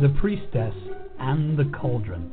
The Priestess and the Cauldron,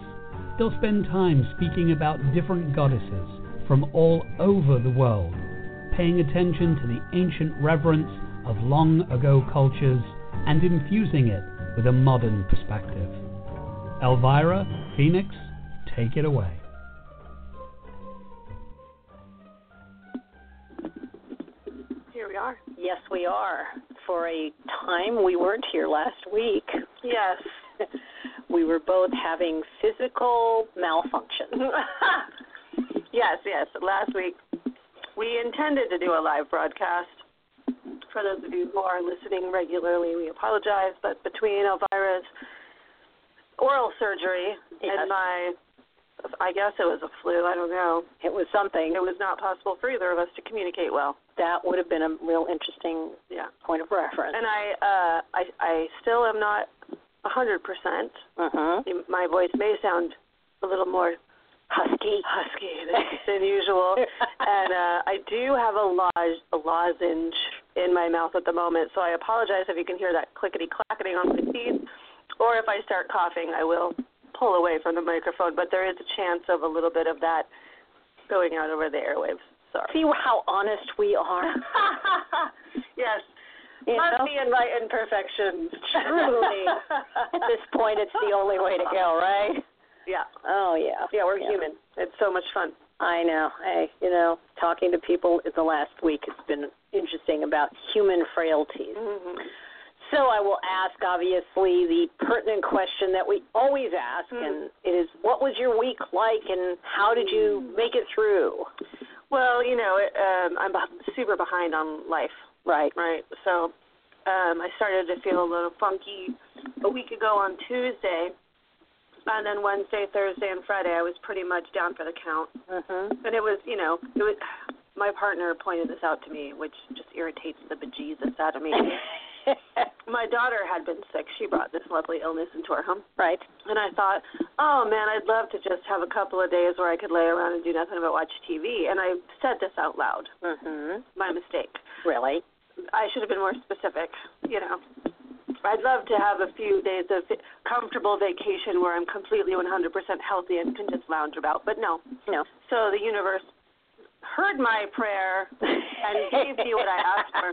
They'll spend time speaking about different goddesses from all over the world, paying attention to the ancient reverence of long ago cultures and infusing it with a modern perspective. Elvira, Phoenix, take it away. Here we are. Yes, we are. For a time, we weren't here last week. Yes. We were both having physical malfunction. yes, yes. Last week, we intended to do a live broadcast. For those of you who are listening regularly, we apologize, but between Elvira's oral surgery Yes. and my, I guess it was a flu, I don't know, It was something it was not possible for either of us to communicate well. that would have been a real interesting Yeah. point of reference. And I, uh, I, I still am not a 100%. Mhm. My voice may sound a little more Husky. husky than, than usual, and uh, I do have a, lodge, a lozenge in my mouth at the moment, so I apologize if you can hear that clickety clacketing on my teeth, or if I start coughing, I will pull away from the microphone. But there is a chance of a little bit of that going out over the airwaves. Sorry. See how honest we are. yes. You know? in my imperfections. Truly. At this point, it's the only way to go, right? yeah. Oh yeah. Yeah, we're human. It's so much fun. I know. Hey, you know, talking to people the last week has been interesting about human frailties. Mm-hmm. So I will ask, obviously, the pertinent question that we always ask, Hmm. and it is, what was your week like, and how did Hmm. you make it through? Well, you know, it, um, I'm beh- super behind on life. Right. right? So um, I started to feel a little funky a week ago on Tuesday, and then Wednesday, Thursday, and Friday I was pretty much down for the count. Mhm. And it was, you know, it was. My partner pointed this out to me, which just irritates the bejesus out of me. my daughter had been sick. She brought this lovely illness into our home. right. And I thought, oh man, I'd love to just have a couple of days where I could lay around and do nothing but watch TV. And I said this out loud. Mhm. My mistake. Really. I should have been more specific. You know, I'd love to have a few days of comfortable vacation where I'm completely 100% healthy and can just lounge about. But no. No. So the universe heard my prayer and gave me what I asked for.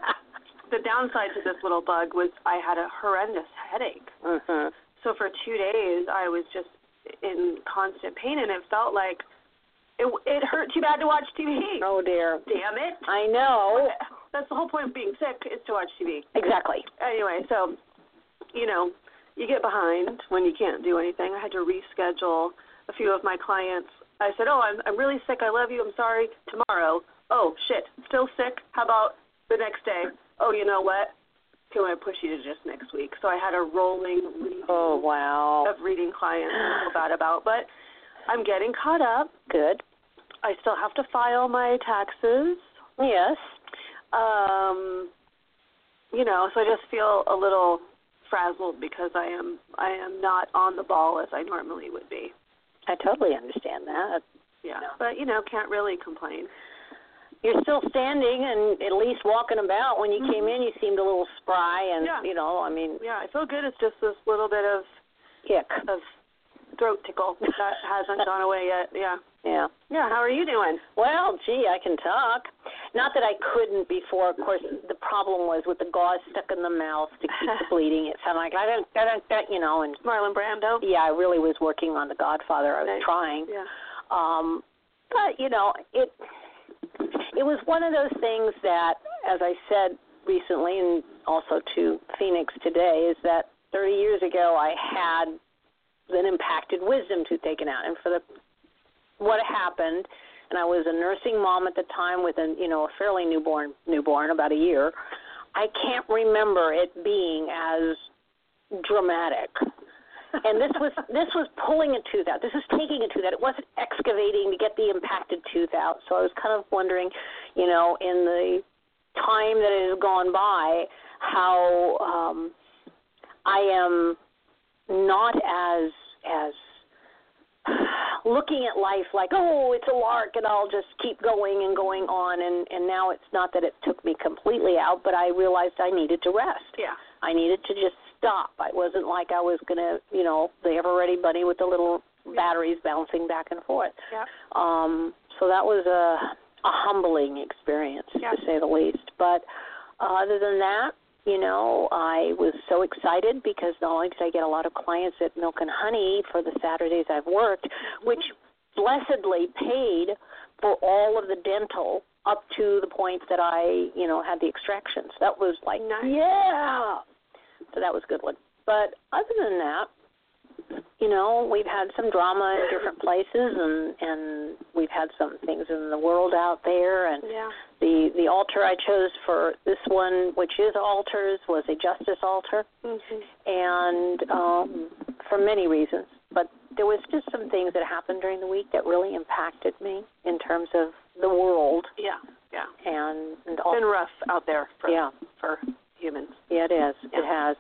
The downside to this little bug was I had a horrendous headache. Mhm. So for two days I was just in constant pain, and it felt like it it hurt too bad to watch TV. Oh dear. Damn it! I know. That's the whole point of being sick is to watch TV Exactly. anyway, so you know, you get behind when you can't do anything. I had to reschedule a few of my clients. I said, "Oh, I'm I'm really sick. I love you. I'm sorry. Tomorrow. Oh shit, still sick. How about the next day? Oh, you know what? Can I push you to just next week?" So I had a rolling week Oh wow. of reading clients. I feel bad about, but I'm getting caught up. Good. I still have to file my taxes. Yes. um you know so i just feel a little frazzled because i am i am not on the ball as i normally would be I totally understand that. yeah No. but you know can't really complain You're still standing and at least walking about. When you came in, you seemed a little spry, and Yeah. you know, I mean, yeah i feel good it's just this little bit of ick. of throat tickle that hasn't gone away yet yeah Yeah. yeah how are you doing Well, gee, I can talk. Not that I couldn't before. Of course, the problem was with the gauze stuck in the mouth to keep the bleeding. It sounded like I don't, I don't, don't, you know. And marlon brando yeah, I really was working on the Godfather. I was Right. trying. yeah Um, but you know, it it was one of those things that, as I said recently, and also to Phoenix today, is that 30 years ago I had an impacted wisdom tooth taken out, and for the what happened, and I was a nursing mom at the time with a you know a fairly newborn newborn, about a year. I can't remember it being as dramatic and this was this was pulling a tooth out. This was taking a tooth out. It wasn't excavating to get the impacted tooth out. So I was kind of wondering, you know, in the time that has gone by, how um, I am not as as looking at life like, oh, it's a lark, and I'll just keep going and going on. And and now it's not that it took me completely out, but I realized I needed to rest. Yeah. I needed to just stop. I wasn't like I was gonna, you know, the ever ready bunny with the little batteries bouncing back and forth. Yeah. Um, so that was a a humbling experience Yeah. to say the least. But uh, other than that, you know, I was so excited because not only did I get a lot of clients at Milk and Honey for the Saturdays I've worked, Mm-hmm. which blessedly paid for all of the dental up to the point that I, you know, had the extractions. That was like, Nice. yeah. So that was a good one. But other than that, you know, we've had some drama in different places and and we've had some things in the world out there and Yeah. the the altar I chose for this one, which is altars, was a justice altar Mhm. and um, for many reasons. But there was just some things that happened during the week that really impacted me in terms of the world Yeah. Yeah. and, and It's all. been rough out there for Yeah, for humans. yeah, it is. It Yeah. has.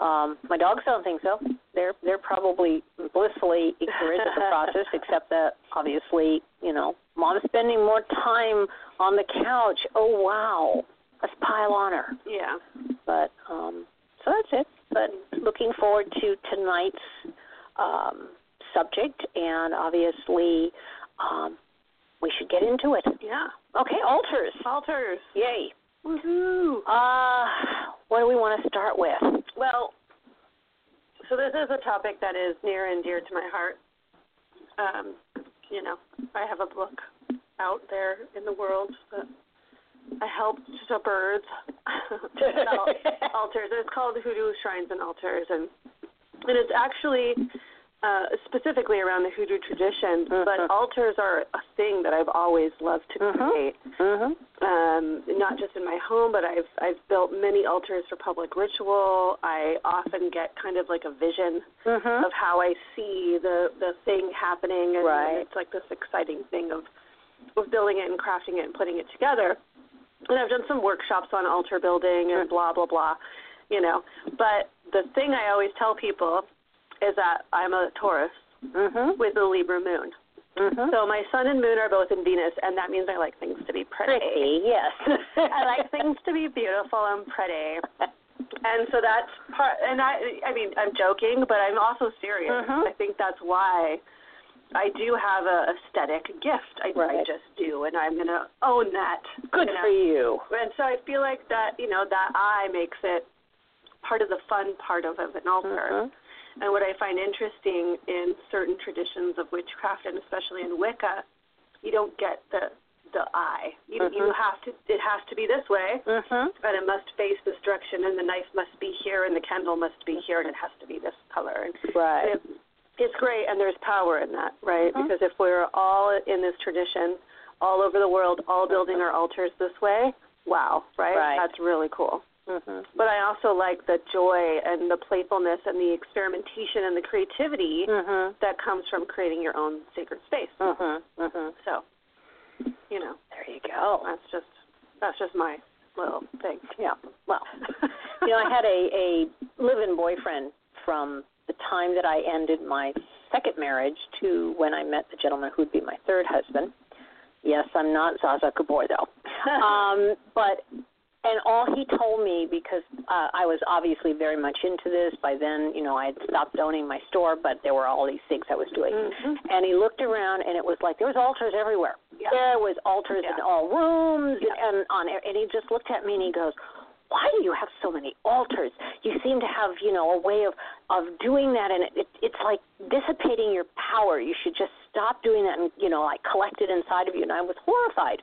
Um, my dogs don't think so. They're they're probably blissfully ignorant of the process, except that obviously, you know, mom's spending more time on the couch. Oh wow, let's pile on her. Yeah. but um so that's it but looking forward to tonight's um subject and obviously um we should get into it Yeah. okay altars Altars. yay Woohoo. uh what do we want to start with Well, so this is a topic that is near and dear to my heart. Um, you know, I have a book out there in the world that I helped the birds sell altars. It's called Hoodoo Shrines and Altars, and and it's actually uh, specifically around the Hoodoo tradition. Mhm. But altars are a thing that I've always loved to Mhm. create mhm um, not just in my home, but I've I've built many altars for public ritual. I often get kind of like a vision mhm of how I see the the thing happening, and, Right. and it's like this exciting thing of of building it and crafting it and putting it together. And I've done some workshops on altar building and blah blah blah, you know. But the thing I always tell people is that I'm a Taurus mhm with a Libra moon. mhm So my sun and moon are both in Venus, and that means I like things to be pretty yes I like things to be beautiful and pretty. And so that's part and I I mean, I'm joking, but I'm also serious. Mhm. I think that's why I do have a aesthetic gift. I, I Right. just do and I'm going to own that. good you know? for you And so I feel like that, you know, that I makes it part of the fun part of, of an altar. mhm And what I find interesting in certain traditions of witchcraft, and especially in Wicca, you don't get the the eye. You you Mhm. have to. It has to be this way, mhm and it must face this direction, and the knife must be here, and the candle must be here, and it has to be this color. And right it, it's great, and there's power in that, right? Mhm. Because if we're all in this tradition, all over the world, all building our altars this way, wow, right? Right. That's really cool mhm but I also like the joy and the playfulness and the experimentation and the creativity mhm that comes from creating your own sacred space. mhm mhm So, you know, there you go that's just that's just my little thing. yeah well you know, I had a a live-in boyfriend from the time that I ended my second marriage to when I met the gentleman who would be my third husband. Yes, I'm not Zaza Gabor though. um, but and all he told me because uh, I was obviously very much into this by then. You know, I had stopped owning my store, but there were all these things I was doing. Mhm. And he looked around, and it was like there was altars everywhere. Yeah. There was altars in Yeah. all rooms, Yeah. and on and he just looked at me and he goes, "Why do you have so many altars? You seem to have, you know, a way of of doing that, and it, it it's like dissipating your power. You should just stop doing that, and you know, like collect it inside of you." And I was horrified.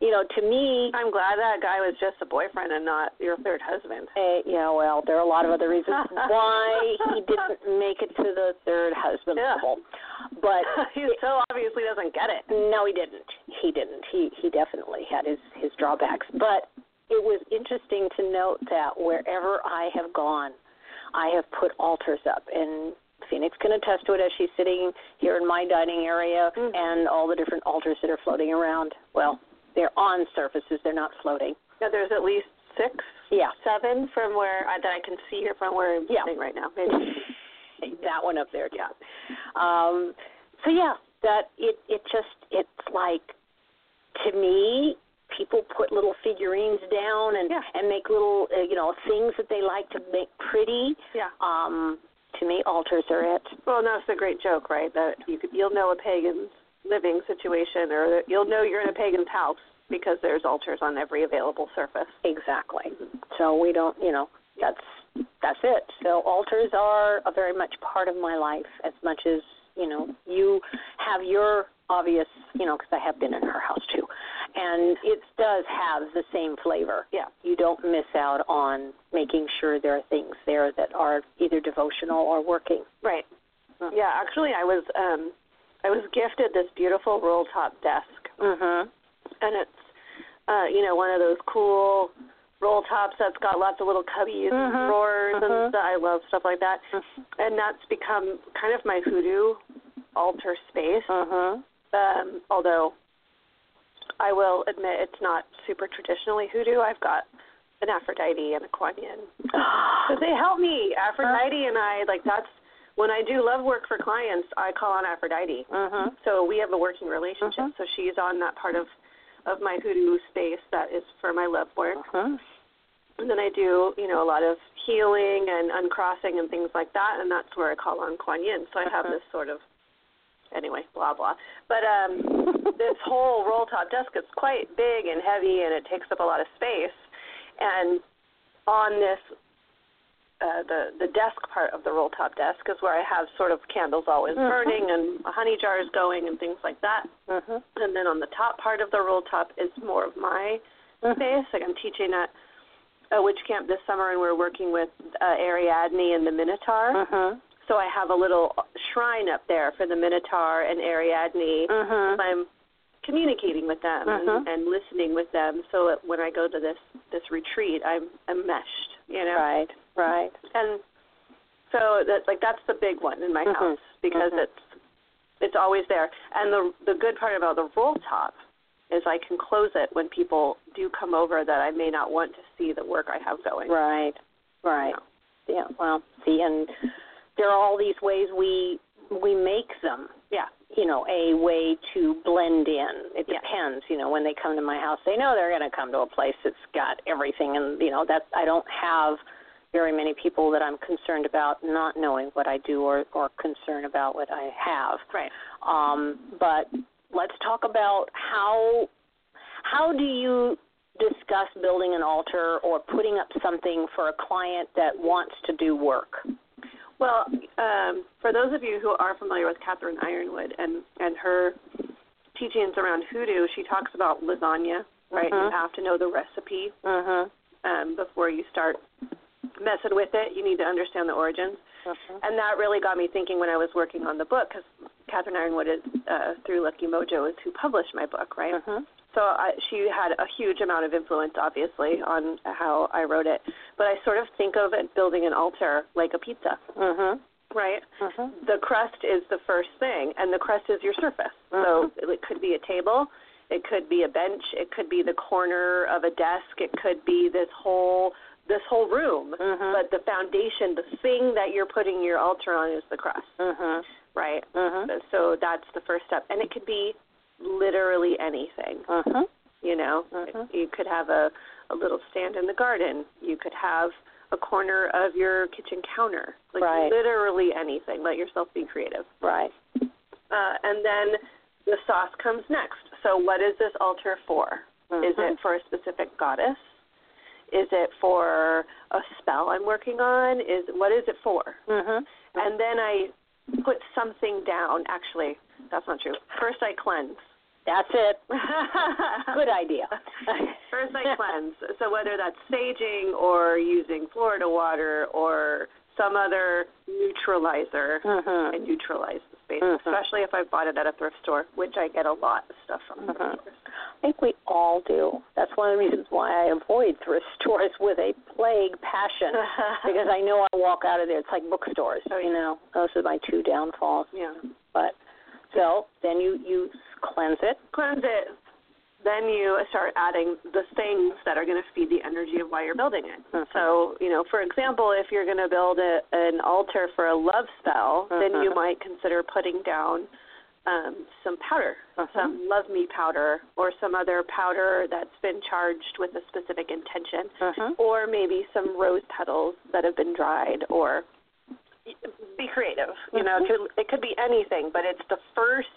You know, to me, I'm glad that guy was just a boyfriend and not your third husband. uh, yeah, well, there are a lot of other reasons why he didn't make it to the third husband Yeah. level, but he so obviously doesn't get it. No, he didn't. He didn't. He he definitely had his his drawbacks, but it was interesting to note that wherever I have gone, I have put altars up, and Phoenix can attest to it as she's sitting here in my dining area Mhm. and all the different altars that are floating around. Well, they're on surfaces; they're not floating. Now there's at least six, Yeah, seven from where I, that I can see here from where I'm Yeah. sitting right now. Maybe. that one up there, yeah. Um, so yeah, that it it just it's like to me, people put little figurines down and Yeah. and make little uh, you know things that they like to make pretty. Yeah. Um, to me, altars are it. Well, and that's the great joke, right? That you could, you'll know a pagan's living situation, or that you'll know you're in a pagan's house because there's altars on every available surface. Exactly. So we don't, you know, that's that's it. So altars are a very much part of my life as much as you know you have your obvious, you know, because I have been in her house too, and it does have the same flavor. Yeah. You don't miss out on making sure there are things there that are either devotional or working. Right. Mhm. Yeah. Actually, I was um, I was gifted this beautiful roll top desk Mm-hmm. and it's uh, you know one of those cool roll tops that's got lots of little cubbies Mhm, and drawers mhm. and stu- I love stuff like that. And that's become kind of my hoodoo altar space. Mm-hmm. Um, although I will admit it's not super traditionally hoodoo. I've got an Aphrodite and a Kuan Yin. But they help me. Aphrodite and I like that's when I do love work for clients, I call on Aphrodite. mm-hmm. So we have a working relationship. Mhm. So she's on that part of of my hoodoo space that is for my love work. Mm-hmm. And then I do, you know, a lot of healing and uncrossing and things like that, and that's where I call on Kuan Yin. So I have Mhm. this sort of anyway, blah blah. But um Mm-hmm. this whole roll top desk is quite big and heavy and it takes up a lot of space. And on this uh, the the desk part of the roll top desk is where I have sort of candles always Mhm. burning and honey jars going and things like that. Mm-hmm. And then on the top part of the roll top is more of my space. Like I'm teaching at a witch camp this summer, and we're working with uh, Ariadne and the Minotaur. Mm-hmm. So I have a little shrine up there for the Minotaur and Ariadne. Mm-hmm. I'm communicating with them Mhm. and, and listening with them. So that when I go to this this retreat, I'm enmeshed, you know. Right. Right. And so that's like that's the big one in my Mhm. house because Mhm. it's it's always there. And the the good part about the roll top is I can close it when people do come over that I may not want to see the work I have going. Right, right. Yeah. Well, see, and there are all these ways we we make them. Yeah. You know, a way to blend in. It Yeah. depends. You know, when they come to my house, they know they're going to come to a place that's got everything, and you know that I don't have very many people that I'm concerned about not knowing what I do or or concerned about what I have. Right. Um, but let's talk about how how do you discuss building an altar or putting up something for a client that wants to do work? Well, um, for those of you who are familiar with Catherine Ironwood and and her teachings around hoodoo, she talks about lasagna. Right. Mhm. You have to know the recipe Mhm. um, before you start messing with it. You need to understand the origins. Mm-hmm. And that really got me thinking when I was working on the book, because Catherine Ironwood is uh, through Lucky Mojo is who published my book, right? Mhm. So I, she had a huge amount of influence, obviously, on how I wrote it. But I sort of think of it building an altar like a pizza, Mhm. right? Mhm. The crust is the first thing, and the crust is your surface. So it could be a table, it could be a bench, it could be the corner of a desk, it could be this whole this whole room. Mhm. But the foundation, the thing that you're putting your altar on, is the crust, Mhm. right? Mhm. So that's the first step, and it could be literally anything. Mhm. You know, Mhm. you could have a a little stand in the garden. You could have a corner of your kitchen counter, like Right. literally anything. Let yourself be creative. Right. Uh, and then the sauce comes next. So what is this altar for? Is Mhm. it for a specific goddess? Is it for a spell I'm working on? Is what is it for? Mhm. And then I put something down. Actually, that's not true. First I cleanse. That's it. Good idea. First I cleanse. So whether that's saging or using Florida water or some other neutralizer, I Mhm. neutralize the space, Mhm. especially if I bought it at a thrift store, which I get a lot of stuff from. thrift Mhm. stores. think we all do. That's one of the reasons why I avoid thrift stores with a plague passion because I know I walk out of there. It's like bookstores, you know. Those are my two downfalls. yeah. But so then you you cleanse it. Cleanse it. Then you start adding the things that are going to feed the energy of why you're building it. Mhm. So, you know, for example, if you're going to build a, an altar for a love spell, then you Mhm. might consider putting down um, some powder, Uh-huh. some love me powder, or some other powder that's been charged with a specific intention. Uh-huh. or maybe some rose petals that have been dried or be creative you Mm-hmm. know it could, it could be anything but it's the first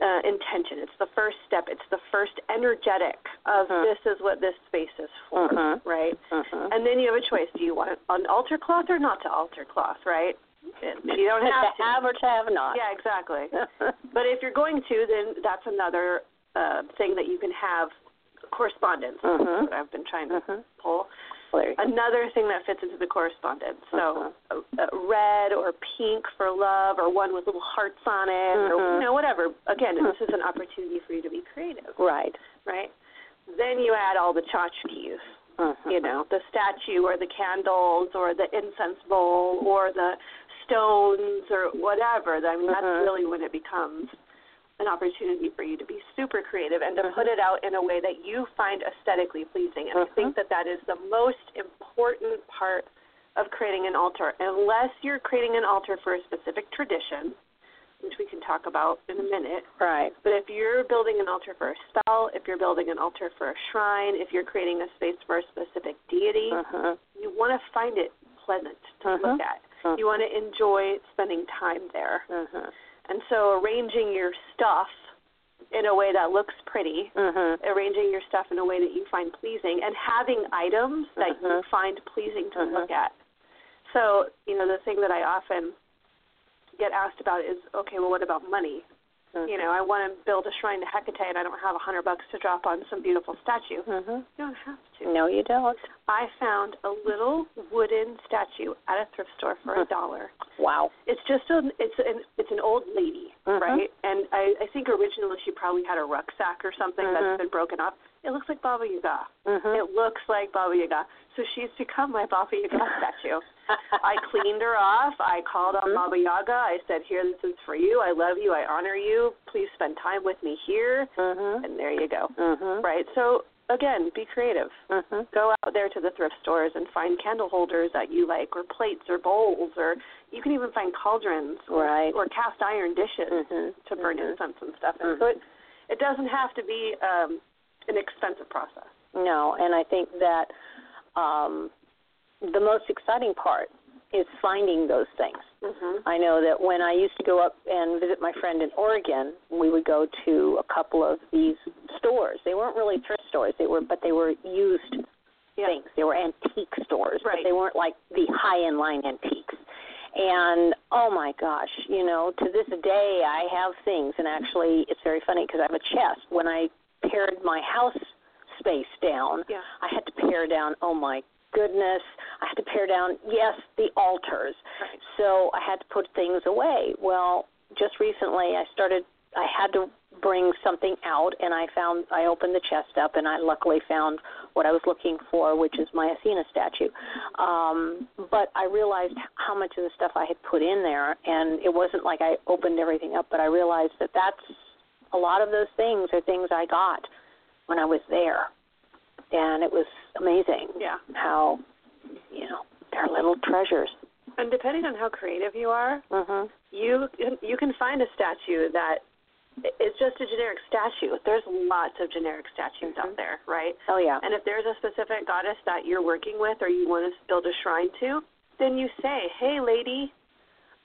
uh, intention it's the first step it's the first energetic of Mhm. this is what this space is for Mhm. right Uh-huh. and then you have a choice do you want an altar cloth or not to altar cloth right you don't have to have or to have not. yeah exactly but if you're going to then that's another uh, thing that you can have correspondence Mhm. that i've been trying to Mhm. pull Well, there you go. another thing that fits into the correspondence. So uh, uh, red or pink for love, or one with little hearts on it, or Mhm. you know whatever. Again, this is an opportunity for you to be creative, Right. right? Then you add all the tchotchkes, Uh-huh. you know, the statue or the candles or the incense bowl or the stones or whatever. I mean, that's Mhm. really when it becomes an opportunity for you to be super creative and to Mhm. put it out in a way that you find aesthetically pleasing. And I think Mhm. that that is the most important part of creating an altar. Unless you're creating an altar for a specific tradition, which we can talk about in a minute, Right. but if you're building an altar for a spell, if you're building an altar for a shrine, if you're creating a space for a specific deity, Uh-huh. you want to find it pleasant to Uh-huh. look at. Uh-huh. You want to enjoy spending time there. Uh-huh. And so arranging your stuff in a way that looks pretty, Uh-huh. arranging your stuff in a way that you find pleasing, and having items that you Uh-huh. find pleasing to Uh-huh. look at. So, you know, the thing that I often get asked about is okay, well, what about money? you know, I want to build a shrine to Hecate and I don't have a hundred bucks to drop on some beautiful statue. You Uh-huh. don't have to. No, you don't. I found a little wooden statue at a thrift store for a Hmm. dollar. Wow. It's just an it's an it's an old lady, Mhm. right? And I I think originally she probably had a rucksack or something Mhm. that's been broken up. It looks like Baba Yaga. Uh-huh. It looks like Baba Yaga. So she's become my Baba Yaga statue. I cleaned her off. I called on Mhm. Baba Yaga. I said, "Here, this is for you. I love you. I honor you. Please spend time with me here." Uh-huh. And there you go. Uh-huh. Right. So again, be creative. Uh-huh. Go out there to the thrift stores and find candle holders that you like, or plates, or bowls, or you can even find cauldrons Right. or cast iron dishes Mhm. to burn Mhm. incense and stuff. And Mhm. so it it doesn't have to be um, an expensive process. No, and I think that um, the most exciting part is finding those things. Mm-hmm. I know that when I used to go up and visit my friend in Oregon, we would go to a couple of these stores. They weren't really thrift stores. They were, but they were used Yeah. things. They were antique stores, Right. but they weren't like the high end line antiques. And oh my gosh, you know, to this day I have things, and actually it's very funny because I have a chest. When I pared my house space down, Yeah. I had to pare down. Oh my goodness, I had to pare down. Yes, the altars. Right. So I had to put things away. Well, just recently I started I had to bring something out and I found I opened the chest up and I luckily found what I was looking for, which is my Athena statue. Um but I realized how much of the stuff I had put in there and it wasn't like I opened everything up, but I realized that that's a lot of those things are things I got when I was there. And it was amazing Yeah. how you know, they're little treasures. And depending on how creative you are, Mhm. you you can find a statue that it's just a generic statue. There's lots of generic statues out there, right? Oh yeah. And if there's a specific goddess that you're working with or you want to build a shrine to, then you say, "Hey, lady,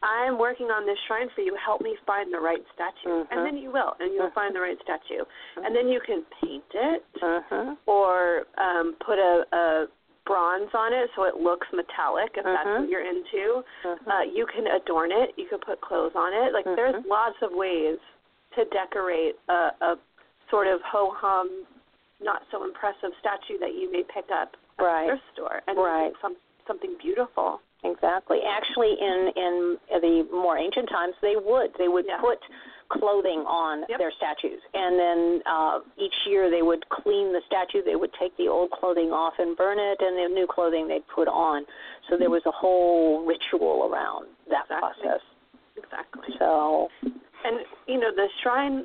I'm working on this shrine for you. Help me find the right statue." And Mhm. then you will, and you'll Mhm. find the right statue. And then you can paint it Uh-huh. or um, put a, a bronze on it so it looks metallic if that's Mhm. what you're into. Uh-huh. Uh, you can adorn it. You can put clothes on it. Like there's Mhm. lots of ways to decorate a, a sort of ho hum, not so impressive statue that you may pick up at Right. a thrift store and Right. make some something beautiful. Exactly. Actually, in in the more ancient times, they would they would Yeah. put clothing on Yep. their statues. And then uh, each year they would clean the statue. They would take the old clothing off and burn it, and the new clothing they'd put on. So there was a whole ritual around that Mm-hmm. Exactly. process. Exactly. So And you know the shrine.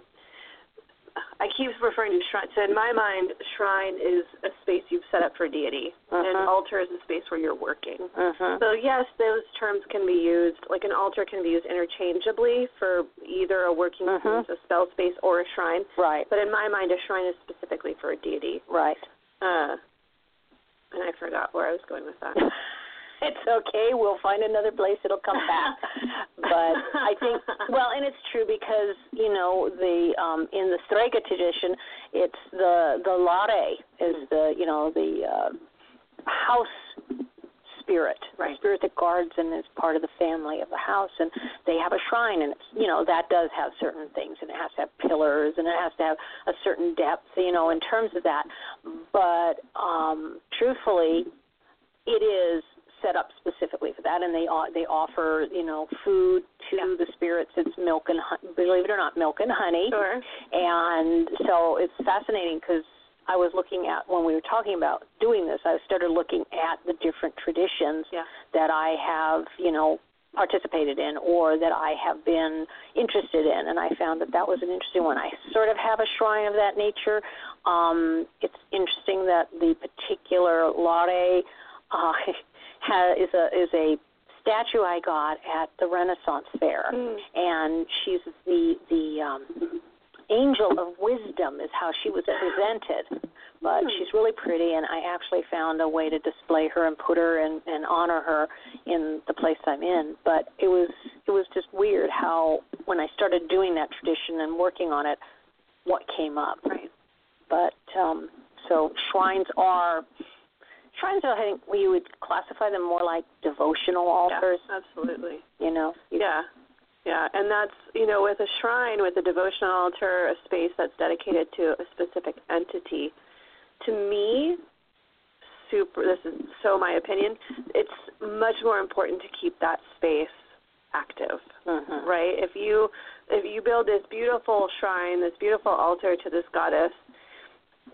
I keep referring to shrine. So in my mind, shrine is a space you've set up for deity, and Uh-huh. altar is a space where you're working. uh So yes, those terms can be used. Like an altar can be used interchangeably for either a working Mhm. space, a spell space, or a shrine. right, But in my mind, a shrine is specifically for a deity. right. Uh, and I forgot where I was going with that. it's okay. We'll find another place. It'll come back. but I think, well, and it's true because you know the um, in the Strega tradition, it's the the lare is the you know the uh, house spirit, Right. spirit that guards and is part of the family of the house, and they have a shrine, and it's you know that does have certain things, and it has to have pillars, and it has to have a certain depth, you know, in terms of that. But um, truthfully, it is set up specifically for that, and they o- they offer you know food to Yeah. the spirits. It's milk and hon- believe it or not, milk and honey, Sure. and so it's fascinating because. I was looking at when we were talking about doing this. I started looking at the different traditions Yeah. that I have, you know, participated in or that I have been interested in, and I found that that was an interesting one. I sort of have a shrine of that nature. Um, it's interesting that the particular Lare uh, ha is a is a statue I got at the Renaissance Fair, Mm. and she's the the um, angel of wisdom is how she was presented. But Hmm. she's really pretty, and I actually found a way to display her and put her and, and honor her in the place I'm in. But it was it was just weird how when I started doing that tradition and working on it, what came up. Right. But um, so shrines are shrines are I think we would classify them more like devotional altars. Yeah, absolutely. You know. You- Yeah. Yeah, and that's, you know, with a shrine, with a devotional altar, a space that's dedicated to a specific entity, to me, super, this is so my opinion, it's much more important to keep that space active, Mhm. right? If you if you build this beautiful shrine, this beautiful altar to this goddess,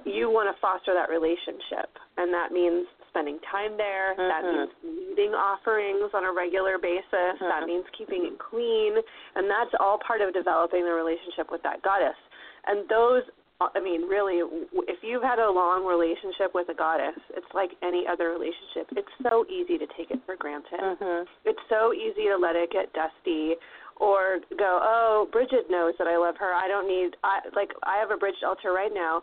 you want to foster that relationship, and that means spending time there. That Mhm. means meeting offerings on a regular basis. That Mhm. means keeping it clean, and that's all part of developing the relationship with that goddess. And those, I mean, really, w- if you've had a long relationship with a goddess, it's like any other relationship. It's so easy to take it for granted Mhm. it's so easy to let it get dusty or go oh bridget knows that i love her i don't need i like i have a bridget altar right now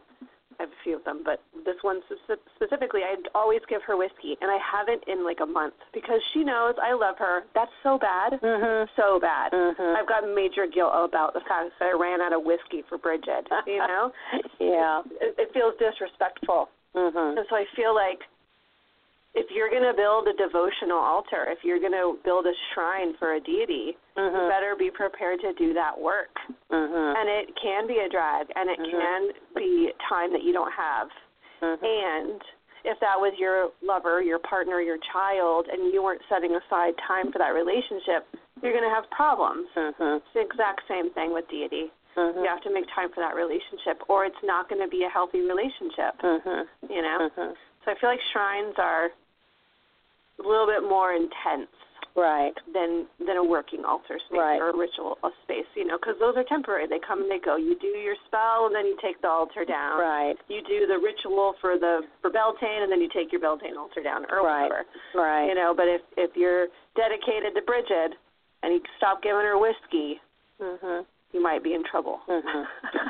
i have a few of them but this one spec- specifically i always give her whiskey and i haven't in like a month because she knows i love her that's so bad Mhm. so bad Mhm. i've got major guilt about the fact that i ran out of whiskey for bridget you know Yeah. it, it feels disrespectful Mhm. and so I feel like if you're going to build a devotional altar, if you're going to build a shrine for a deity, you Mhm. better be prepared to do that work. Mhm. And it can be a drag, and it Mhm. can be time that you don't have. Mhm. And if that was your lover, your partner, your child, and you weren't setting aside time for that relationship, you're going to have problems. Mhm. It's the exact same thing with deity. Mhm. You have to make time for that relationship, or it's not going to be a healthy relationship, Mhm. you know? Mhm. So I feel like shrines are a little bit more intense Right. than than a working altar space Right. or a ritual space, you know, because those are temporary. They come and they go. You do your spell and then you take the altar down. Right. You do the ritual for the for Beltane and then you take your Beltane altar down or Right. whatever, Right. you know. But if if you're dedicated to Bridget and you stop giving her whiskey, Mhm. you might be in trouble. Mhm.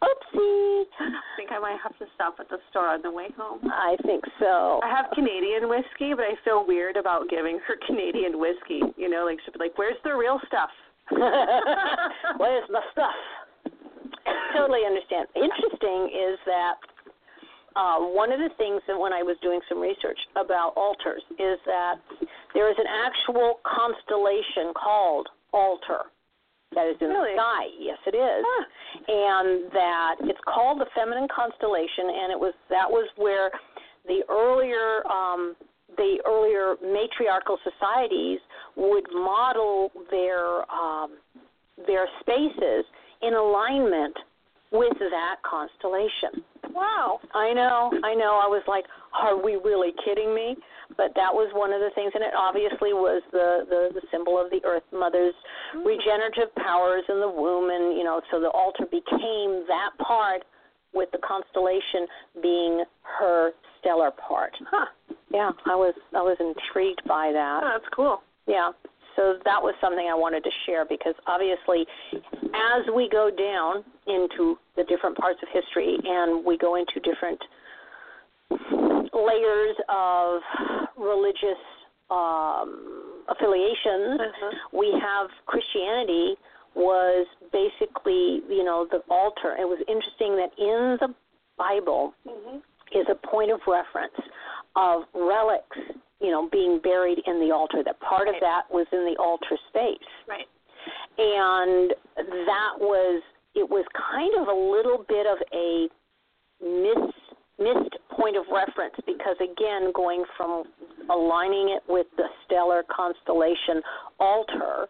I Oopsie. think I might have to stop at the store on the way home. I think so. I have Canadian whiskey, but I feel weird about giving her Canadian whiskey. You know, like she'd be like, "Where's the real stuff?" Where's my stuff? Totally understand. Interesting is that uh, one of the things that when I was doing some research about altars is that there is an actual constellation called altar that is in Really? the sky. Yes, it is. Huh. and that it's called the feminine constellation and it was that was where the earlier um the earlier matriarchal societies would model their um their spaces in alignment with that constellation. Wow. I know, I know. I was like, are we really kidding me? But that was one of the things, and it obviously was the the, the symbol of the Earth Mother's regenerative powers in the womb, and you know, so the altar became that part, with the constellation being her stellar part. Huh. Yeah, I was I was intrigued by that. Oh, that's cool. Yeah. So that was something I wanted to share because obviously, as we go down into the different parts of history and we go into different layers of religious um, affiliations, Uh-huh. we have Christianity was basically, you know, the altar. It was interesting that in the Bible, Mhm. is a point of reference of relics, you know, being buried in the altar. That part of that was in the altar space. Right. And that was it was kind of a little bit of a miss missed point of reference because again going from aligning it with the stellar constellation altar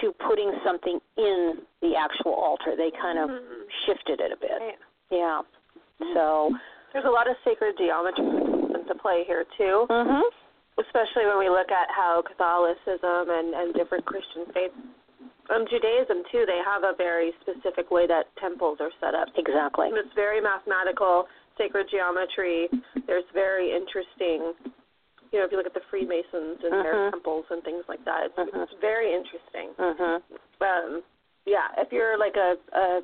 to putting something in the actual altar they kind of Mhm. shifted it a bit Yeah. yeah so There's a lot of sacred geometry into play here too, mhm especially when we look at how Catholicism and and different Christian faiths, um, Judaism too, they have a very specific way that temples are set up. Exactly. And it's very mathematical, sacred geometry. There's very interesting, you know, if you look at the Freemasons and their Mhm. temples and things like that, it's, Mhm. it's very interesting. Mhm. Um, yeah, if you're like a, a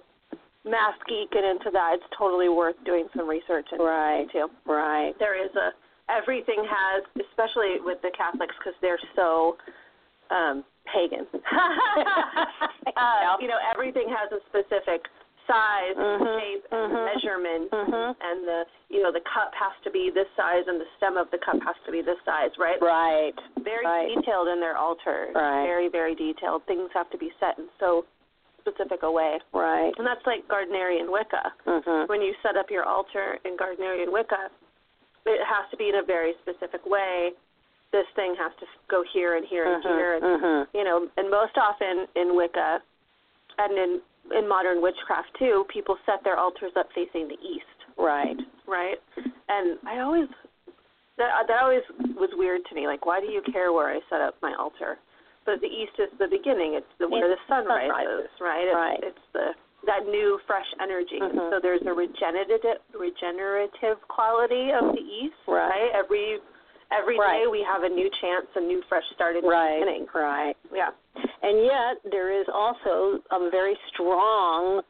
math geek and into that, it's totally worth doing some research into Right. too. Right. There is a everything has, especially with the Catholics, because they're so um, pagan. uh, Yep. you know, everything has a specific size, Mhm, shape, mhm. and measurement Mhm. and the you know the cup has to be this size and the stem of the cup has to be this size right Right. very right. detailed in their altar Right. very very detailed things have to be set in so specific a way Right. and that's like gardnerian wicca Mhm. when you set up your altar in gardnerian wicca it has to be in a very specific way this thing has to go here and here and Mhm. here and Mhm. you know, and most often in Wicca and in in modern witchcraft too, people set their altars up facing the east, Right. right? And I always that that always was weird to me. Like, why do you care where I set up my altar? But the east is the beginning. It's the where It's the sun sunrise. rises, right? It's, Right. it's the that new fresh energy. Mhm. So there's a regenerative regenerative quality of the east, Right. Every every day Right. we have a new chance, a new fresh start, and Right. beginning. Right. Yeah. And yet there is also a very strong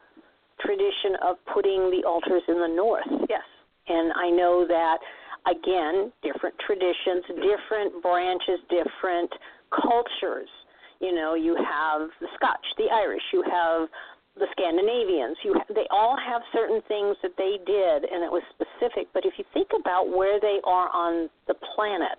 tradition of putting the altars in the north. Yes. And I know that again, different traditions, different branches, different cultures. You know, you have the Scotch, the Irish, you have the Scandinavians. You ha- they all have certain things that they did and it was specific, but if you think about where they are on the planet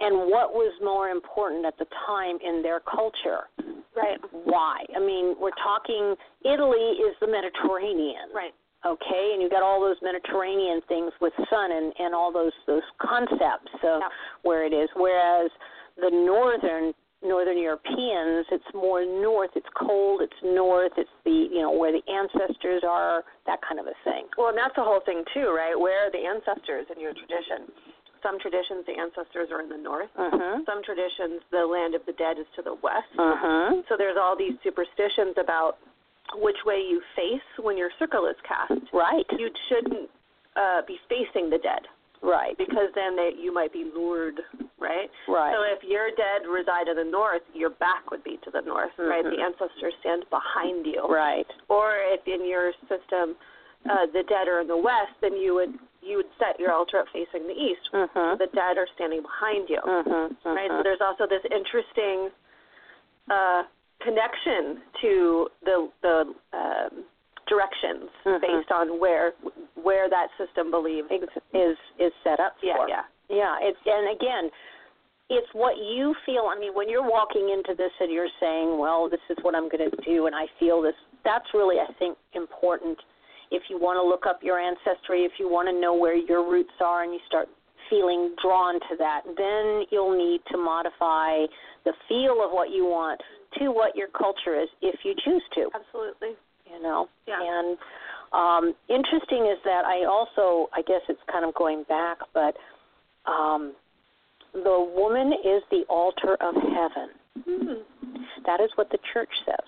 and what was more important at the time in their culture, Right. why? I mean, we're talking Italy is the Mediterranean Right. okay and you got all those mediterranean things with sun and and all those those concepts of Yeah. where it is whereas the northern northern europeans it's more north it's cold it's north it's the you know where the ancestors are that kind of a thing Well, and that's the whole thing too, right? Where are the ancestors in your tradition? Some traditions the ancestors are in the north. mhm Some traditions the land of the dead is to the west. mhm So there's all these superstitions about which way you face when your circle is cast. right You shouldn't uh, be facing the dead right because then they, you might be lured, right? right So if your dead reside in the north, your back would be to the north, right? Mhm. The ancestors stand behind you. right or if in your system uh, the dead are in the west, then you would you would set your altar up facing the east. mhm The dead are standing behind you, mhm mhm. right? So there's also this interesting uh, connection to the the um, directions Mhm. based on where where that system believes. Ex- is is set up Yeah, for yeah, Yeah, it's and again, it's what you feel. I mean, when you're walking into this and you're saying, "Well, this is what I'm going to do," and I feel this. That's really, I think, important. If you want to look up your ancestry, if you want to know where your roots are, and you start feeling drawn to that, then you'll need to modify the feel of what you want to what your culture is if you choose to. Absolutely. You know. Yeah. And um, interesting is that I also, I guess it's kind of going back, but um, the woman is the altar of heaven. Hmm. That is what the church says.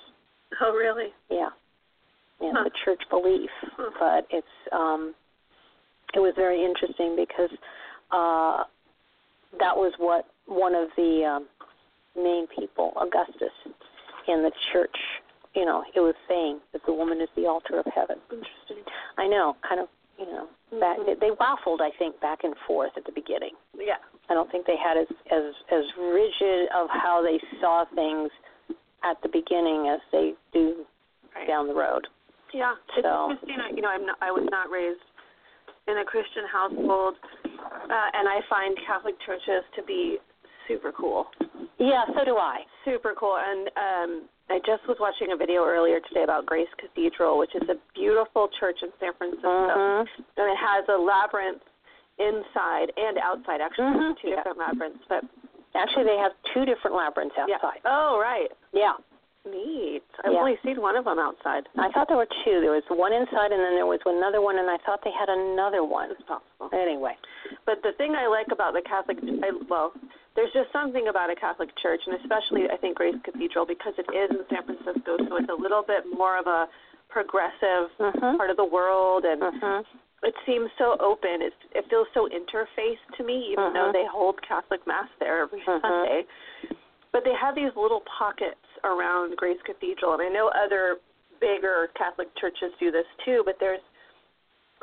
Oh, really? Yeah. Yeah, Huh. the church belief. Huh. But it's um it was very interesting because uh that was what one of the um main people, Augustus, in the church, you know, it was saying that the woman is the altar of heaven. Interesting. I know, kind of, you know, back Mhm. they, they waffled I think back and forth at the beginning. Yeah. I don't think they had as as as rigid of how they saw things at the beginning as they do Right. down the road. Yeah, it's So- interesting. I- You know, I'm not, I was not raised in a Christian household, uh, and I find Catholic churches to be super cool, Yeah, so do I. super cool. And um, I just was watching a video earlier today about Grace Cathedral, which is a beautiful church in San Francisco, Mhm. and it has a labyrinth inside and outside. Actually, Mhm. two Yeah. different labyrinths, but Actually, they have two different labyrinths yeah. outside. Oh, right. Yeah. Neat. I've Yeah. only seen one of them outside. I thought there were two. There was one inside, and then there was another one, and I thought they had another one. It's possible. Anyway. But the thing I like about the Catholic, I, well, there's just something about a Catholic church, and especially I think Grace Cathedral because it is in San Francisco, so it's a little bit more of a progressive Mhm. part of the world, and Mhm. it seems so open. It's, it feels so interfaith to me, even though Mhm. they hold Catholic Mass there every Mhm. Sunday. But they have these little pockets around Grace Cathedral, and I know other bigger Catholic churches do this too. But there's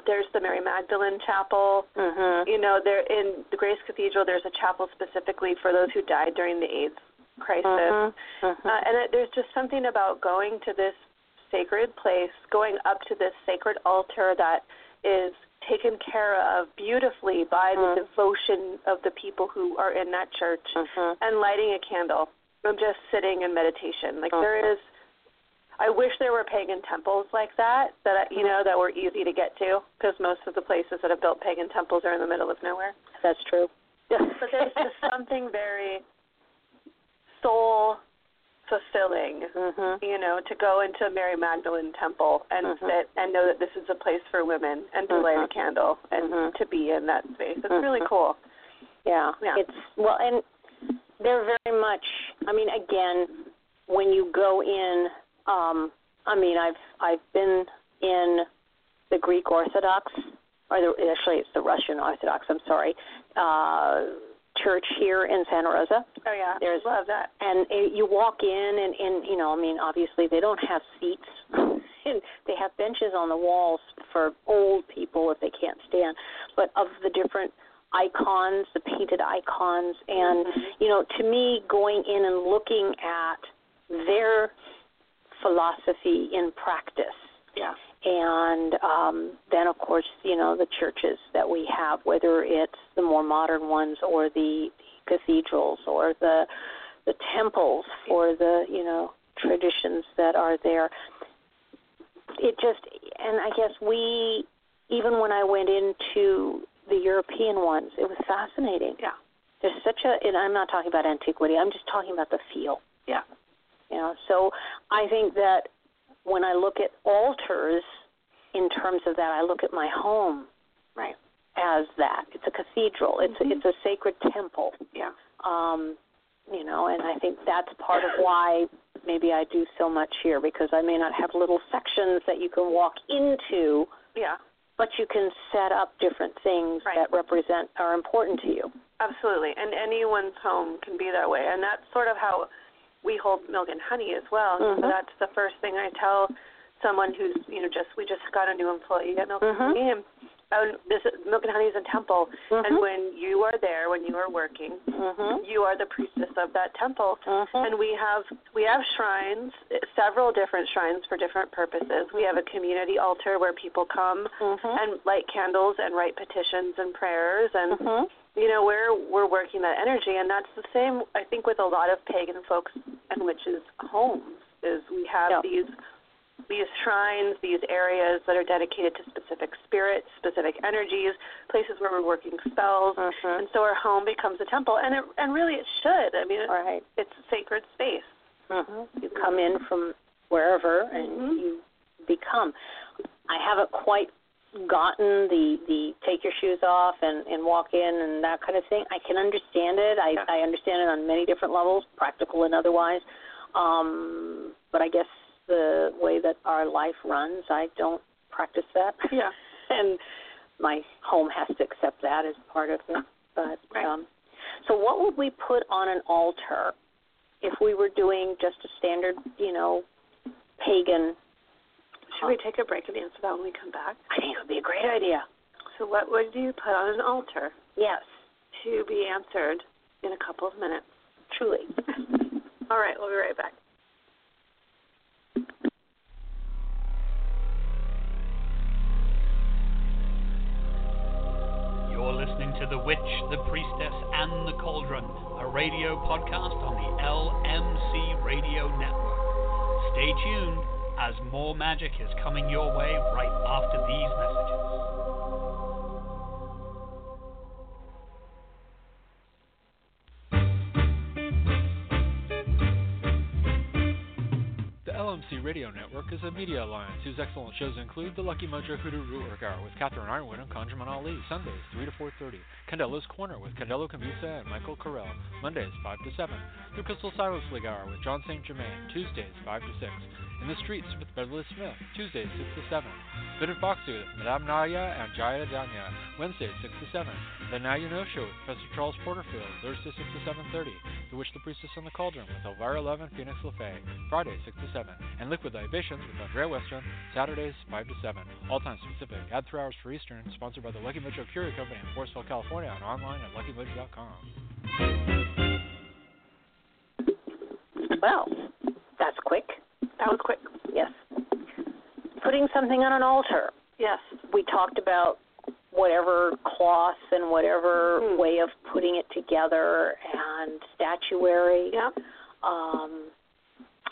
there's the Mary Magdalene Chapel Mhm. you know, there in the Grace Cathedral, there's a chapel specifically for those who died during the AIDS crisis. Mhm. Uh, Mhm. and it, there's just something about going to this sacred place, going up to this sacred altar that is taken care of beautifully by Mhm. the devotion of the people who are in that church Mhm. and lighting a candle and just sitting in meditation. Like Mhm. there is I wish there were pagan temples like that that you know that were easy to get to because most of the places that have built pagan temples are in the middle of nowhere. That's true. But there's just something very soul fulfilling, Mhm. you know, to go into a Mary Magdalene temple and Mhm. sit and know that this is a place for women and to light Mhm. a candle and Mhm. to be in that space. It's really Mhm. cool. Yeah. Yeah. It's well, and they're very much. I mean, again, when you go in, um, I mean, I've I've been in the Greek Orthodox, or the, actually, it's the Russian Orthodox. I'm sorry, uh, church here in Santa Rosa, Oh yeah, There's- love that. and uh, you walk in, and and you know, I mean, obviously they don't have seats. And they have benches on the walls for old people if they can't stand, but of the different icons, the painted icons, and Mhm. you know, to me, going in and looking at their philosophy in practice, yeah. and um, then of course, you know, the churches that we have, whether it's the more modern ones or the cathedrals or the the temples or the you know traditions that are there. It just, and I guess we, even when I went into the European ones, it was fascinating Yeah. there's such a and I'm not talking about antiquity, I'm just talking about the feel. Yeah. You know, so I think that when I look at altars in terms of that, I look at my home Right. as that. It's a cathedral. It's Mhm. a, it's a sacred temple. Yeah. Um, you know, and I think that's part of why maybe I do so much here because I may not have little sections that you can walk into, Yeah. but you can set up different things Right. that represent are important to you. Absolutely, and anyone's home can be that way, and that's sort of how we hold milk and honey as well. Mhm. So that's the first thing I tell someone who's you know just we just got a new employee at Milk Mhm. and Honey, and oh, this is, Milk and Honey is a temple, and Mhm. when you are there, when you are working, Mhm. Mm-hmm. you are the priestess of that temple. Mhm. And we have we have shrines, several different shrines for different purposes. We have a community altar where people come Mhm. and light candles and write petitions and prayers and Mhm. you know we're we're working that energy and that's the same i think with a lot of pagan folks and witches homes is we have Yeah. these these shrines these areas that are dedicated to specific spirits specific energies places where we're working spells Mhm. and so our home becomes a temple and it and really it should i mean it, Right. it's a sacred space Uh-huh. You come in from wherever and Mhm. you become. I haven't quite gotten the the take your shoes off and and walk in and that kind of thing. I can understand it. I Yeah. I understand it on many different levels, practical and otherwise. Um, but I guess the way that our life runs, I don't practice that. Yeah. and my home has to accept that as part of it. But Right. um, so, what would we put on an altar if we were doing just a standard, you know, pagan? Should we take a break and answer that when we come back? I think it would be a great idea. So, what would you put on an altar Yes, to be answered in a couple of minutes? truly. All right, we'll be right back. You're listening to The Witch, The Priestess, and The Cauldron, a radio podcast on the LMC Radio Network. Stay tuned as more magic is coming your way right after these messages. The LMC Radio Network is a media alliance whose excellent shows include The Lucky Mojo Hoodoo Root Work Hour with Catherine Ironwood and Conjurman Ali, Sundays 3 to 4.30, Candelo's Corner with Candelo Camisa and Michael Carell, Mondays 5 to 7, The Crystal Silence League Hour with John St. Germain, Tuesdays 5 to 6, In the Streets with Beverly Smith, Tuesdays 6 to 7, The Boxu with Madame Naya and Jaya Danya, Wednesdays 6 to 7, The Now You Know Show with Professor Charles Porterfield, Thursday 6 to 7.30, The Witch, the Priestess, and the Cauldron with Elvira Love and Phoenix LaFay, Friday 6 to 7, and Liquid Libations with Andrea Western, Saturdays 5 to 7, all time specific, add 3 hours for Eastern, sponsored by the Lucky Mojo Curie Company in Forestville, California, and online at luckymojo.com. Well, that's quick. That was quick. Yes. Putting something on an altar. Yes. We talked about whatever cloth and whatever Mhm. way of putting it together and statuary. Yeah. Um,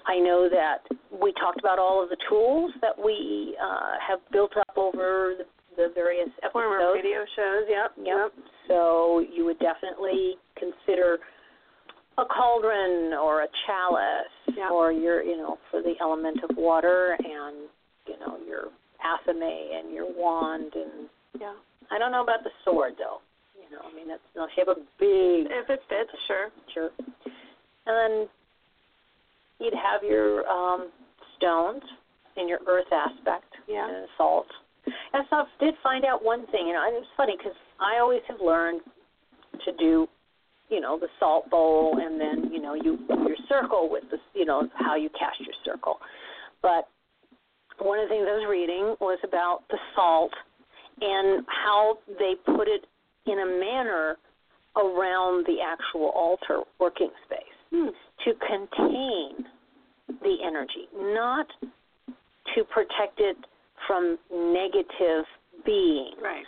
I know that we talked about all of the tools that we uh, have built up over the, the various Former episodes. radio shows. Yep. Yep. So you would definitely consider a cauldron or a chalice Yeah. or your, you know, for the element of water and, you know, your athame and your wand and Yeah. I don't know about the sword though. You know, I mean that's unless you have a big If it fits, sure. picture. And then you'd have your um stones and your earth aspect Yeah. and salt. And so I did find out one thing, you know, and it's funny because I always have learned to do, you know, the salt bowl and then, you know, you your circle with the, you know, how you cast your circle. But one of the things I was reading was about the salt and how they put it in a manner around the actual altar working space Hmm. to contain the energy, not to protect it from negative being. Right.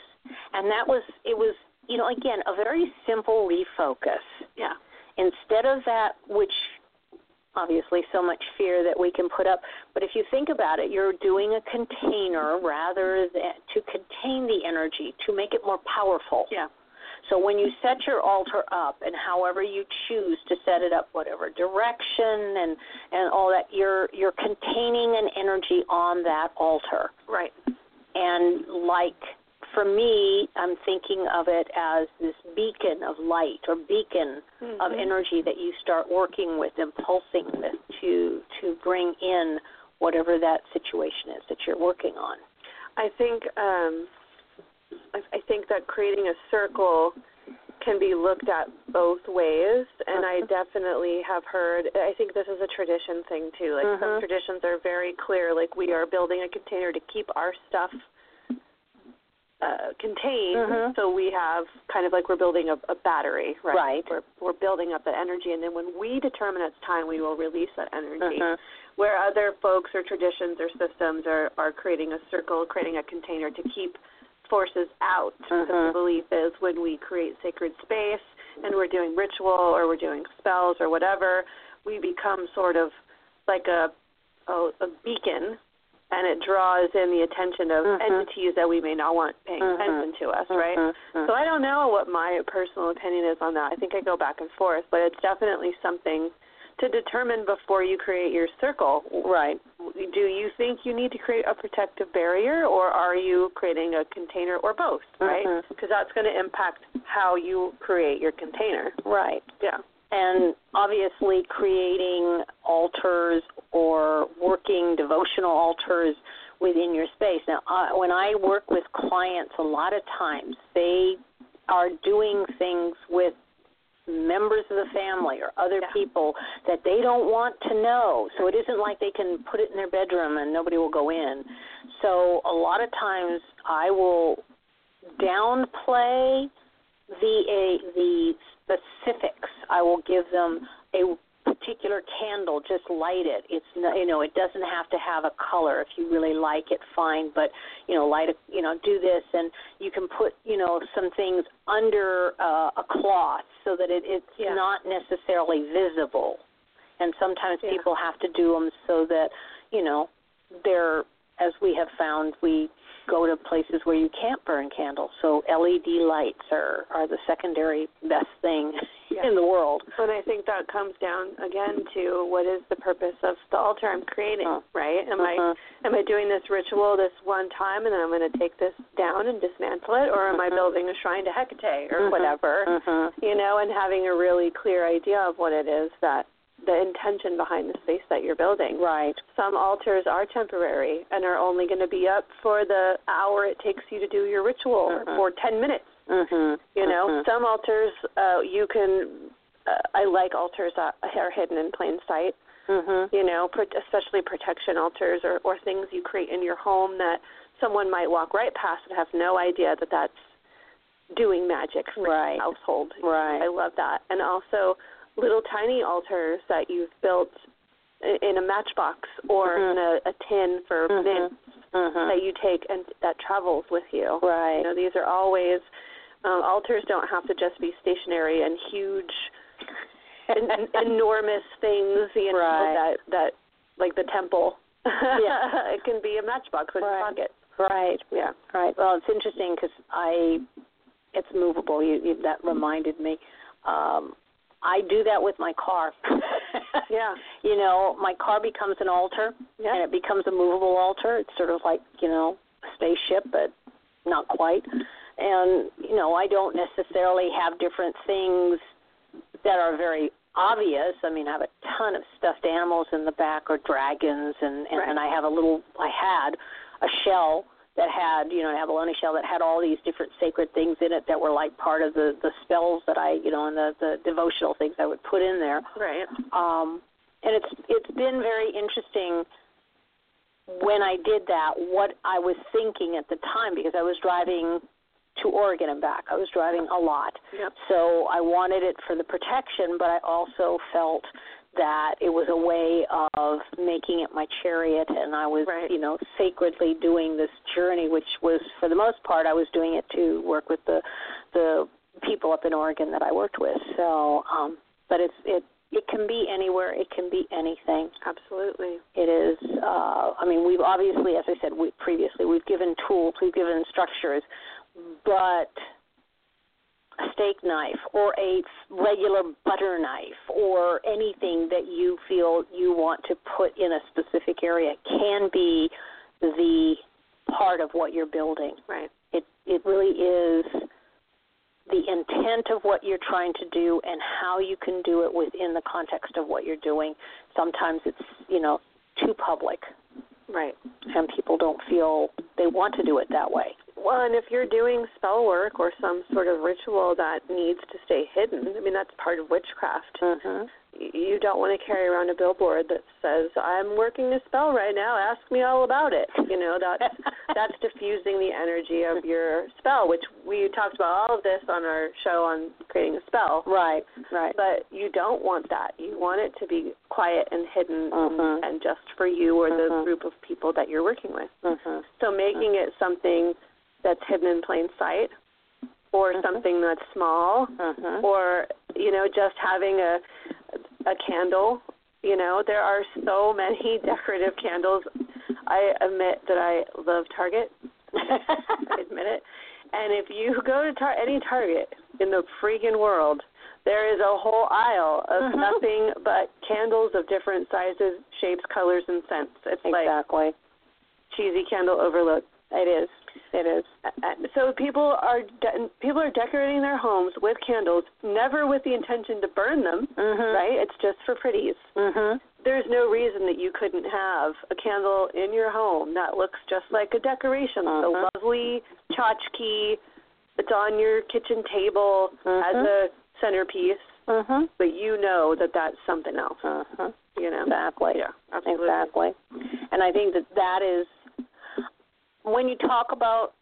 And that was, it was, you know, again, a very simple refocus. Yeah. Instead of that, which obviously so much fear that we can put up, but if you think about it, you're doing a container rather than to contain the energy, to make it more powerful. Yeah. So when you set your altar up and however you choose to set it up, whatever direction and and all that, you're you're containing an energy on that altar. Right. And like for me, I'm thinking of it as this beacon of light or beacon of Mhm. energy that you start working with, impulsing this to to bring in whatever that situation is that you're working on. I think um, I, I think that creating a circle can be looked at both ways, and I Mhm. definitely have heard. I think this is a tradition thing too. Like Mhm. some traditions are very clear. Like we are building a container to keep our stuff uh, contained, Mhm. so we have kind of like we're building a, a battery, right? Right. We're we're building up that energy, and then when we determine it's time, we will release that energy Mhm. where other folks or traditions or systems are, are creating a circle, creating a container to keep forces out. Because Mhm. the belief is when we create sacred space and we're doing ritual or we're doing spells or whatever, we become sort of like a a, a beacon and it draws in the attention of Mhm. entities that we may not want paying Mhm. attention to us, right? Mhm. So I don't know what my personal opinion is on that. I think I go back and forth, but it's definitely something to determine before you create your circle. Right. Do you think you need to create a protective barrier, or are you creating a container, or both? Right. Mhm. Because that's going to impact how you create your container. Right. Yeah. And obviously, creating altars or working devotional altars within your space. Now, I when I work with clients, a lot of times they are doing things with members of the family or other Yeah. people that they don't want to know. So it isn't like they can put it in their bedroom and nobody will go in. So a lot of times I will downplay the a, the specifics. I will give them a particular candle. Just light it. It's no, you know it doesn't have to have a color. If you really like it, fine. But you know light it. You know do this, and you can put you know some things under uh, a cloth so that it, it's Yeah. not necessarily visible. And sometimes Yeah. people have to do them so that you know they're as we have found we go to places where you can't burn candles. So LED lights are are the secondary best thing Yeah. in the world. And I think that comes down again to what is the purpose of the altar I'm creating, Huh. right? Am Uh-huh. I am I doing this ritual this one time and then I'm going to take this down and dismantle it, or am I Mhm. building a shrine to Hecate or Mhm. whatever? Mhm. You know, and having a really clear idea of what it is that the intention behind the space that you're building. Right. Some altars are temporary and are only going to be up for the hour it takes you to do your ritual Mhm. or for 10 minutes Mhm. you know Mhm. some altars uh you can uh, i like altars that are hidden in plain sight Mhm. you know pro- especially protection altars or or things you create in your home that someone might walk right past and have no idea that that's doing magic for Right. your household i Right. love that and also little tiny altars that you've built i- in a matchbox or Mhm. in a, a tin for Mhm. mints Mhm. that you take and that travels with you you Right. know, these are always um, altars. Don't have to just be stationary and huge, en- enormous things. You know, Right. that that like the temple. Yeah. it can be a matchbox with Right. a pocket. Right. Yeah. Right. Well, it's interesting because I, it's movable. You, you that reminded me. Um, I do that with my car. Yeah. You know, my car becomes an altar. Yeah. and it becomes a movable altar. It's sort of like you know a spaceship, but not quite. And you know, I don't necessarily have different things that are very obvious. I mean, I have a ton of stuffed animals in the back, or dragons, and and, Right. and I have a little. I had a shell that had you know an abalone shell that had all these different sacred things in it that were like part of the the spells that I you know and the the devotional things I would put in there Right. um, and it's it's been very interesting when I did that what I was thinking at the time because I was driving to Oregon and back. I was driving a lot, Yep. so I wanted it for the protection, but I also felt that it was a way of making it my chariot, and I was Right. you know sacredly doing this journey, which was for the most part I was doing it to work with the the people up in Oregon that I worked with. So, um, but it's it it can be anywhere. It can be anything. Absolutely. It is. Uh, I mean, we've obviously, as I said we, previously, we've given tools, we've given structures, but a steak knife or a regular butter knife or anything that you feel you want to put in a specific area can be the part of what you're building Right. it it really is the intent of what you're trying to do and how you can do it within the context of what you're doing sometimes it's you know too public Right. and people don't feel they want to do it that way Well, and if you're doing spell work or some sort of ritual that needs to stay hidden, I mean that's part of witchcraft. mhm you don't want to carry around a billboard that says i'm working a spell right now ask me all about it you know that's that's diffusing the energy of your spell which we talked about all of this on our show on creating a spell right right but you don't want that you want it to be quiet and hidden Mhm. and just for you or the Mhm. group of people that you're working with mhm so making it something that's hidden in plain sight or Mhm. something that's small mhm or you know just having a a candle you know there are so many decorative candles i admit that i love target i admit it and if you go to tar- any target in the freaking world There is a whole aisle of Mhm. nothing but Candles of different sizes, shapes, colors, and scents. It's like exactly. cheesy candle overload. It is. It is. So people are de- people are decorating their homes with candles, never with the intention to burn them. Mhm. Right? It's just for pretties. Mhm. There's no reason that you couldn't have a candle in your home that looks just like a decoration, Uh-huh. a lovely tchotchke that's on your kitchen table as Mhm. a centerpiece. Mhm. But you know that that's something else. Uh-huh. You know. Exactly. Yeah. Absolutely. Exactly. And I think that that is when you talk about,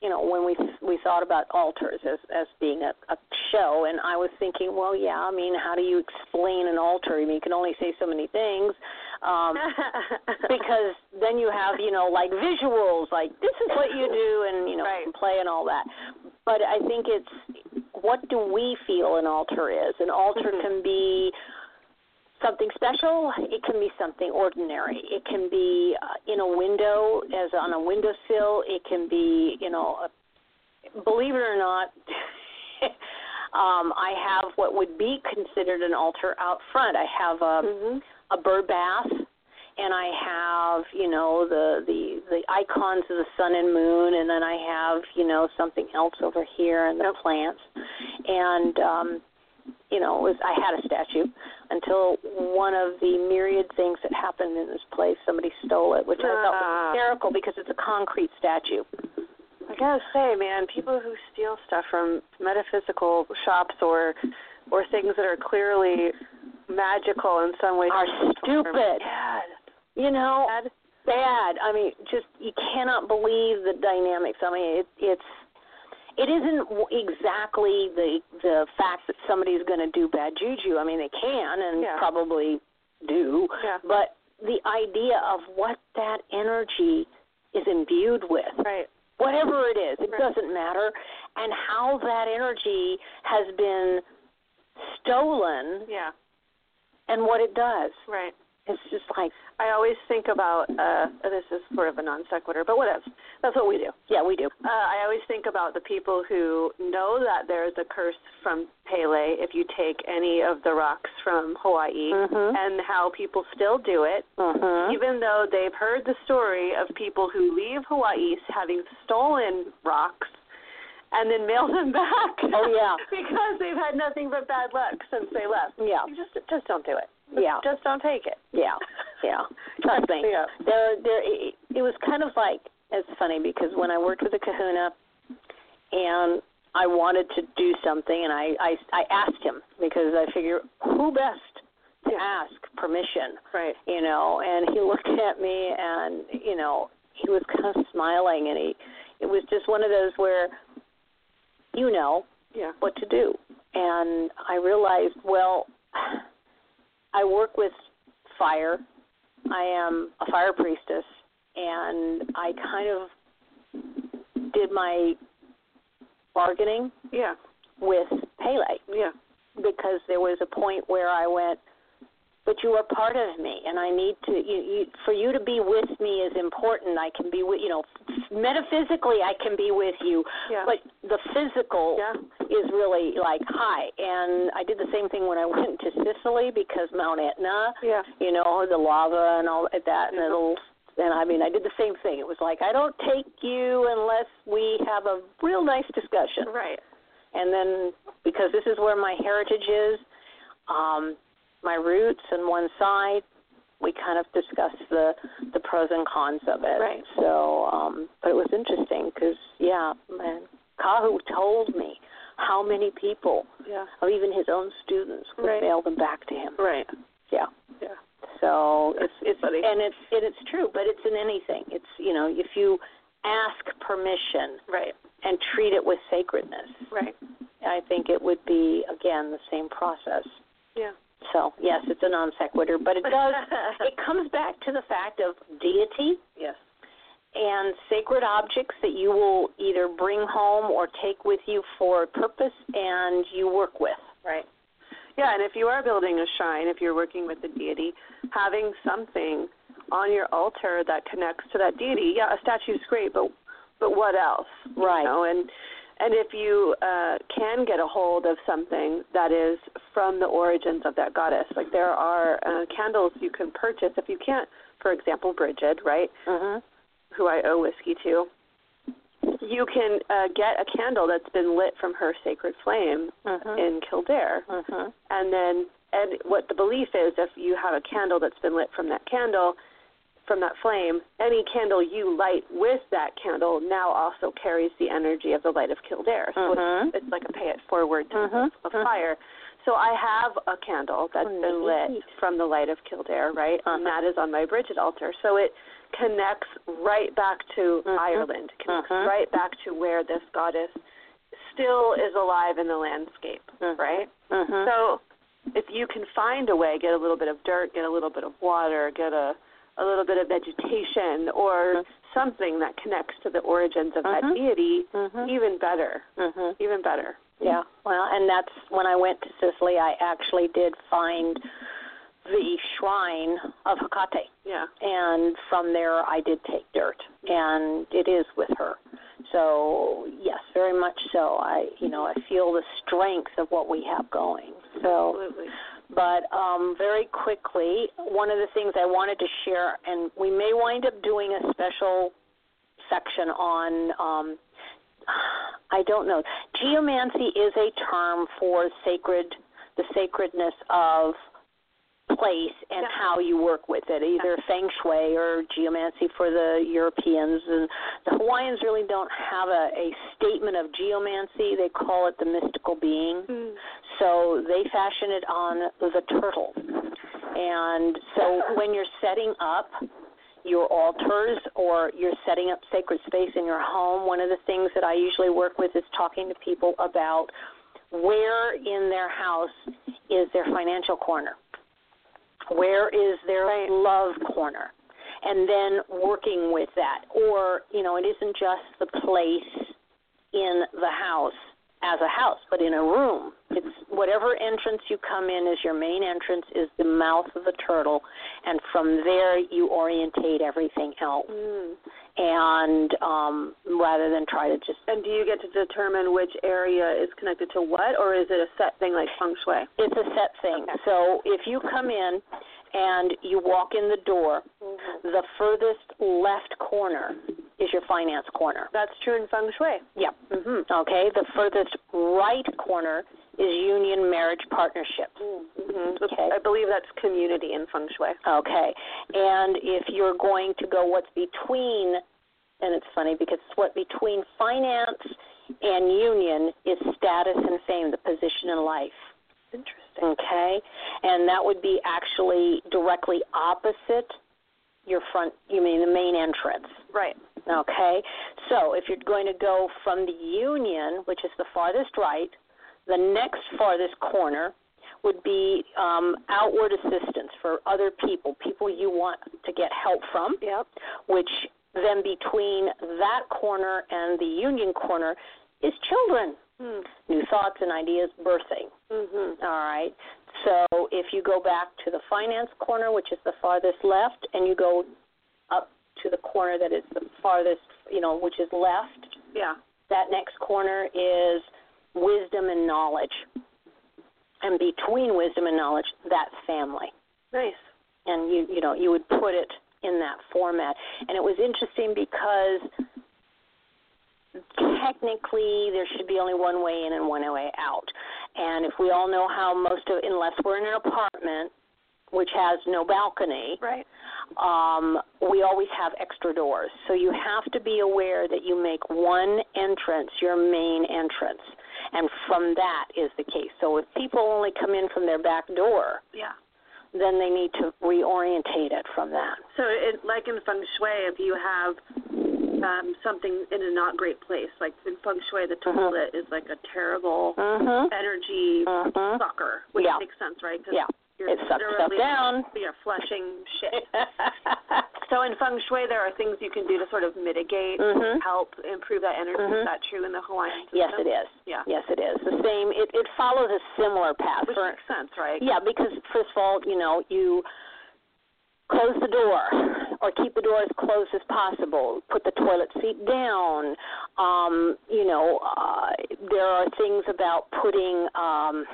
you know, when we we thought about altars as as being a, a show, and I was thinking, well, yeah, I mean, how do you explain an altar? I mean, you can only say so many things. Um, because then you have you know like visuals like this is what you do and you know Right. you can play and all that but i think it's what do we feel an altar is an altar Mhm. can be something special it can be something ordinary it can be uh, in a window as on a windowsill it can be you know a believe it or not, um, I have what would be considered an altar out front. I have a Mhm. a bird bath, and I have you know the the the icons of the sun and moon, and then I have you know something else over here and the plants, and um, you know it was I had a statue until one of the myriad things that happened in this place somebody stole it, which I thought Ah. was hysterical because it's a concrete statue. I gotta say, man, people who steal stuff from metaphysical shops or or things that are clearly magical in some way Are shape, or form. stupid. Yeah, You know, bad. bad. I mean, just you cannot believe the dynamics. I mean, it, it's it isn't w- exactly the the fact that somebody's going to do bad juju. I mean, they can and Yeah. probably do, Yeah. but the idea of what that energy is imbued with Right. whatever it is, it Right. doesn't matter, and how that energy has been stolen Yeah. and what it does. Right. It's just like, I always think about uh this is sort of a non sequitur, but whatever. That's what we do. yeah, we do. Uh, I always think about the people who know that there's a curse from Pele if you take any of the rocks from Hawaii Mhm. and how people still do it Uh-huh. even though they've heard the story of people who leave Hawaii having stolen rocks and then mail them back. Oh, yeah. because they've had nothing but bad luck since they left. Yeah. You just just don't do it. Yeah. Just don't take it. Yeah, yeah. Trust me. Yeah. There, there. It, it was kind of like it's funny because when I worked with the Kahuna, and I wanted to do something, and I I, I asked him because I figure who best to uh, ask permission, Right. you know. And he looked at me, and you know, he was kind of smiling, and he it was just one of those where, you know, Yeah. what to do. And I realized, well, I work with fire. I am a fire priestess, and I kind of did my bargaining Yeah. with Pele Yeah. because there was a point where I went, but you are part of me, and I need to. You, you, for you to be with me is important. I can be with you know, metaphysically I can be with you, Yeah. but the physical Yeah. is really like high. And I did the same thing when I went to Sicily because Mount Etna, Yeah. you know, the lava and all at that, and Yeah. it'll. And I mean, I did the same thing. It was like I don't take you unless we have a real nice discussion Right. and then because this is where my heritage is, um, my roots and one side, we kind of discussed the the pros and cons of it. Right. So, um, but it was interesting because yeah, man, Kahu told me how many people, Yeah. or even his own students, would Right. mail them back to him. Right. Yeah. Yeah. So it's it's funny. and it's and it's true, but it's in anything. It's you know if you ask permission Right. and treat it with sacredness. Right. I think it would be again the same process. Yeah. So yes, it's a non sequitur, but it does. it comes back to the fact of deity Yes. and sacred objects that you will either bring home or take with you for a purpose, and you work with. Right. Yeah, and if you are building a shrine, if you're working with the deity, having something on your altar that connects to that deity, yeah, a statue's great, but but what else? Right. You know, and And if you uh, can get a hold of something that is from the origins of that goddess, like there are uh, candles you can purchase. If you can't, for example, Bridget, right, Mhm. who I owe whiskey to, you can uh, get a candle that's been lit from her sacred flame Mhm. in Kildare. Mhm. And then, and what the belief is, if you have a candle that's been lit from that candle, from that flame, any candle you light with that candle now also carries the energy of the light of Kildare. So Mhm. it's, it's like a pay it forward type Mhm. of, of Mhm. fire. So I have a candle that's been lit Neat. from the light of Kildare, right? And Uh-huh. that is on my Bridget altar. So it connects right back to Mhm. Ireland, connects Mhm. right back to where this goddess still is alive in the landscape, Mhm. right? Mhm. So if you can find a way, get a little bit of dirt, get a little bit of water, get a a little bit of vegetation or Mhm. something that connects to the origins of that Mhm. deity, Mhm. even better, Mhm. even better. Yeah. Well, and that's when I went to Sicily. I actually did find the shrine of Hecate, Yeah. and from there I did take dirt, and it is with her. So yes, very much so. I, you know, I feel the strength of what we have going. So. Absolutely. But um, very quickly, one of the things I wanted to share, and we may wind up doing a special section on, um, I don't know, geomancy is a term for sacred, the sacredness of place and Yeah. how you work with it, either feng shui or geomancy for the Europeans. And the Hawaiians really don't have a, a statement of geomancy; they call it the mystical being. Mm-hmm. So they fashion it on the turtle. And so when you're setting up your altars or you're setting up sacred space in your home, one of the things that I usually work with is talking to people about where in their house is their financial corner? Where is their love corner? And then working with that. Or, you know, it isn't just the place in the house as a house, but in a room. It's whatever entrance you come in is your main entrance is the mouth of the turtle and from there you orientate everything else. Mm. And um rather than try to just And do you get to determine which area is connected to what or is it a set thing like feng shui? it's a set thing. Okay. So if you come in and you walk in the door, Mm-hmm. the furthest left corner is your finance corner. That's true in feng shui. Yep. Mhm. Okay, the furthest right corner is union marriage partnership. Mm-hmm. Okay. I believe that's community in feng shui. Okay. And if you're going to go what's between, and it's funny because what between finance and union is status and fame, the position in life. Interesting. Okay? And that would be actually directly opposite your front, you mean the main entrance. Right. Okay? So if you're going to go from the union, which is the farthest right, the next farthest corner would be um, outward assistance for other people, people you want to get help from, Yep. which then between that corner and the union corner is children, Mm. new thoughts and ideas, birthing. Mhm. All right. So if you go back to the finance corner, which is the farthest left, and you go up to the corner that is the farthest, you know, which is left, Yeah. that next corner is wisdom and knowledge. And between wisdom and knowledge, that's family. Nice. And you you know, you would put it in that format. And it was interesting because technically there should be only one way in and one way out. And if we all know how most of unless we're in an apartment which has no balcony, Right. um, we always have extra doors. So you have to be aware that you make one entrance your main entrance. And from that is the case. So if people only come in from their back door, Yeah. then they need to reorientate it from that. So, it, like in feng shui, if you have um, something in a not great place, like in feng shui, the Mhm. toilet is like a terrible Mhm. energy Mhm. sucker, which Yeah. makes sense, right? 'Cause Yeah. you're It sucks stuff literally- down. You're flushing shit. so in feng shui, there are things you can do to sort of mitigate, Mhm. help improve that energy. Mhm. Is that true in the Hawaiian system? yes, it is. Yeah. Yes, it is. The same. It it follows a similar path. Which For- makes sense, right? Yeah, because first of all, you know, you close the door or keep the door as closed as possible put the toilet seat down um you know uh, there are things about putting um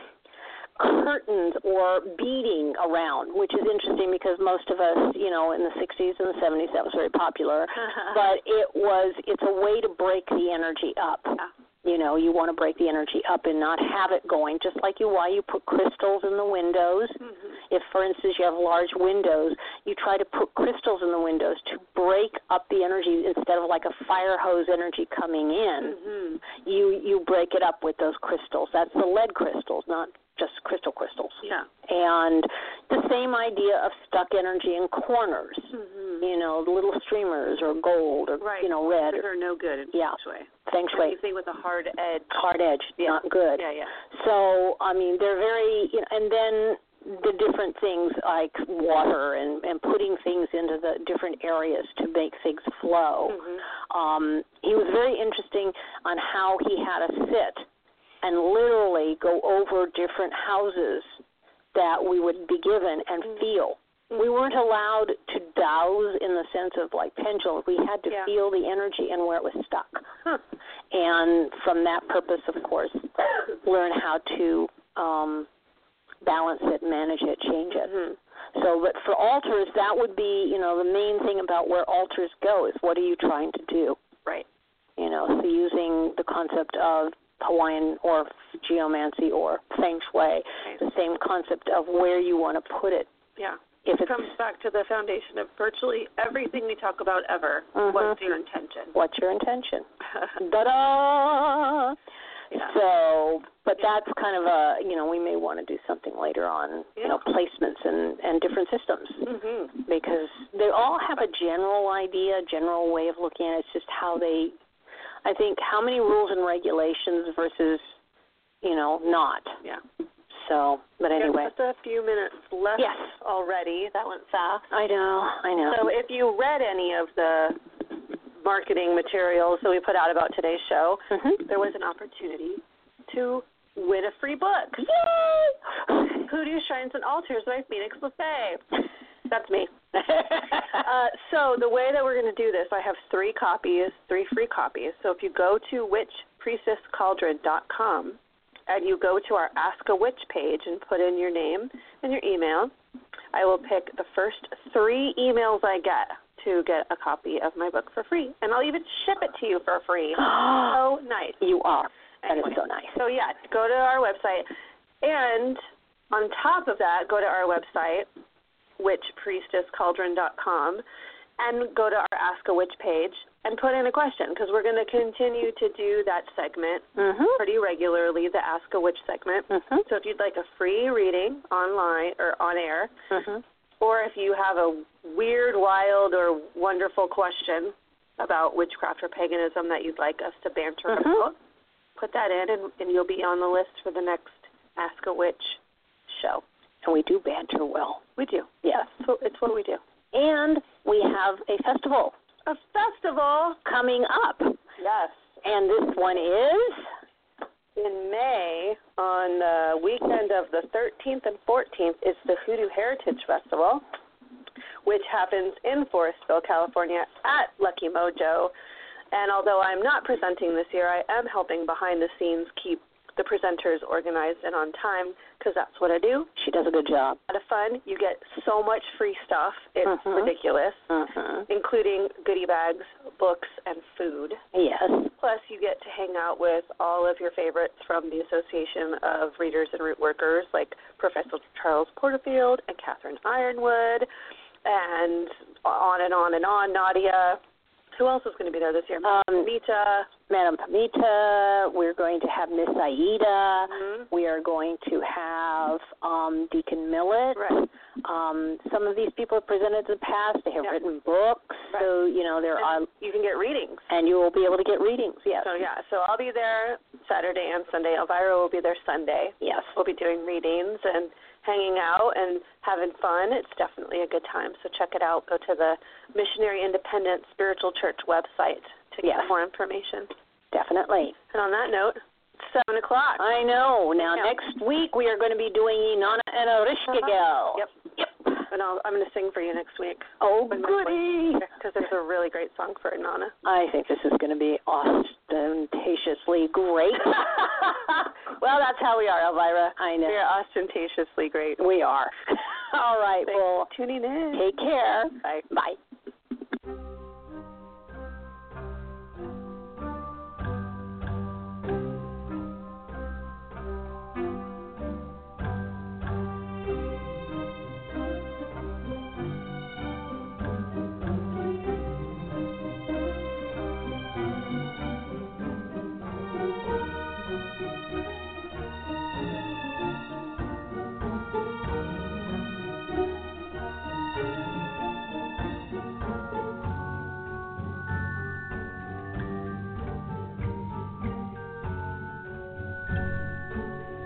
curtains or beading around which is interesting because most of us you know in the 60s and the 70s that was very popular but it was it's a way to break the energy up you know you want to break the energy up and not have it going just like you why you put crystals in the windows Mm-hmm. if for instance you have large windows you try to put crystals in the windows to break up the energy instead of like a fire hose energy coming in hmm you you break it up with those crystals that's the lead crystals not just crystal crystals Yeah. and the same idea of stuck energy in corners hmm you know little streamers or gold or Right. you know red Those or are no good in Yeah. feng shui. feng shui Anything with a hard edge. hard edge Yeah. not good Yeah, yeah. so I mean, they're very, you know, and then the different things like water and and putting things into the different areas to make things flow. Mhm. Um, he was very interesting on how he had us sit and literally go over different houses that we would be given and feel. We weren't allowed to douse in the sense of like pendulum. We had to Yeah. feel the energy and where it was stuck Huh. and from that purpose, of course, Mm-hmm. learn how to um, balance it, manage it, change it. Mhm. So, but for altars, that would be you know the main thing about where altars go is what are you trying to do? Right. You know, so using the concept of Hawaiian or geomancy or feng shui, the same concept of where you want to put it. Yeah. If It it's comes back to the foundation of virtually everything we talk about ever. Mhm. What's your intention? what's your intention? Da da. Yeah. So, but Yeah. that's kind of a you know we may want to do something later on you know Yeah. placements and and different systems Mhm. because they all have a general idea, general way of looking at it. It's just how they, I think, how many rules and regulations versus you know not. Yeah. So, but anyway, Just a few minutes left Yes. already. That went fast. I know, I know. So if you read any of the marketing materials that we put out about today's show, Mhm. there was an opportunity to win a free book. Yay! Hoodoo Shrines and Altars by Phoenix Buffet. That's me. Uh, so the way that we're going to do this, I have three copies, three free copies. So if you go to witchpriestesscauldron.com and you go to our Ask a Witch page and put in your name and your email, I will pick the first three emails I get to get a copy of my book for free, and I'll even ship it to you for free. So nice. you are. That is Anyway. so nice. So yeah, go to our website, and on top of that, go to our website, witchpriestesscauldron.com, and go to our Ask a Witch page and put in a question because we're going to continue to do that segment Mhm. pretty regularly, the Ask a Witch segment. Mhm. So if you'd like a free reading online or on air, Mhm. or if you have a weird, wild, or wonderful question about witchcraft or paganism that you'd like us to banter Mhm. about, put that in, and, and you'll be on the list for the next Ask a Witch show. And we do banter well. We do. Yes. It's what, it's what we do. And we have a festival A festival. coming up. Yes. And this one is In May, on the weekend of the 13th and 14th, is the Hoodoo Heritage Festival, which happens in Forestville, California, at Lucky Mojo. And although I'm not presenting this year, I am helping behind the scenes keep the presenters organized and on time because that's what I do. She Does a Good Job. A lot of fun. You get so much free stuff. It's Mhm. ridiculous, Mm-hmm. including goodie bags, books, and food. Yes. Plus, you get to hang out with all of your favorites from the Association of Readers and Root Workers, like Professor Charles Porterfield and Catherine Ironwood, and on and on and on. Nadia. Who else is going to be there this year? Um, Mita. Madam Pamita, we're going to have Miss Aida. Mhm. We are going to have um, Deacon Millett. Right. Um, some of these people have presented in the past. They have Yeah. written books. So, you know, there are, And you can get readings. and you will be able to get readings. Yes. So yeah, so I'll be there Saturday and Sunday. Elvira will be there Sunday. Yes. We'll be doing readings and hanging out and having fun. It's definitely a good time. So check it out. Go to the Missionary Independent Spiritual Church website to get Yes. more information. Definitely. And on that note, it's seven o'clock. I know. Now, Yeah. next week we are going to be doing Inanna and Orishkagel. Yep. Uh-huh. Yep. and I'll, I'm going to sing for you next week Oh, When my goody! because it's a really great song for Inanna. I think this is going to be ostentatiously great. well, that's how we are, Elvira. I know. They're ostentatiously great. We are. All right. Thanks Well, for tuning in. take care. Bye. Bye.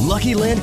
Lucky Land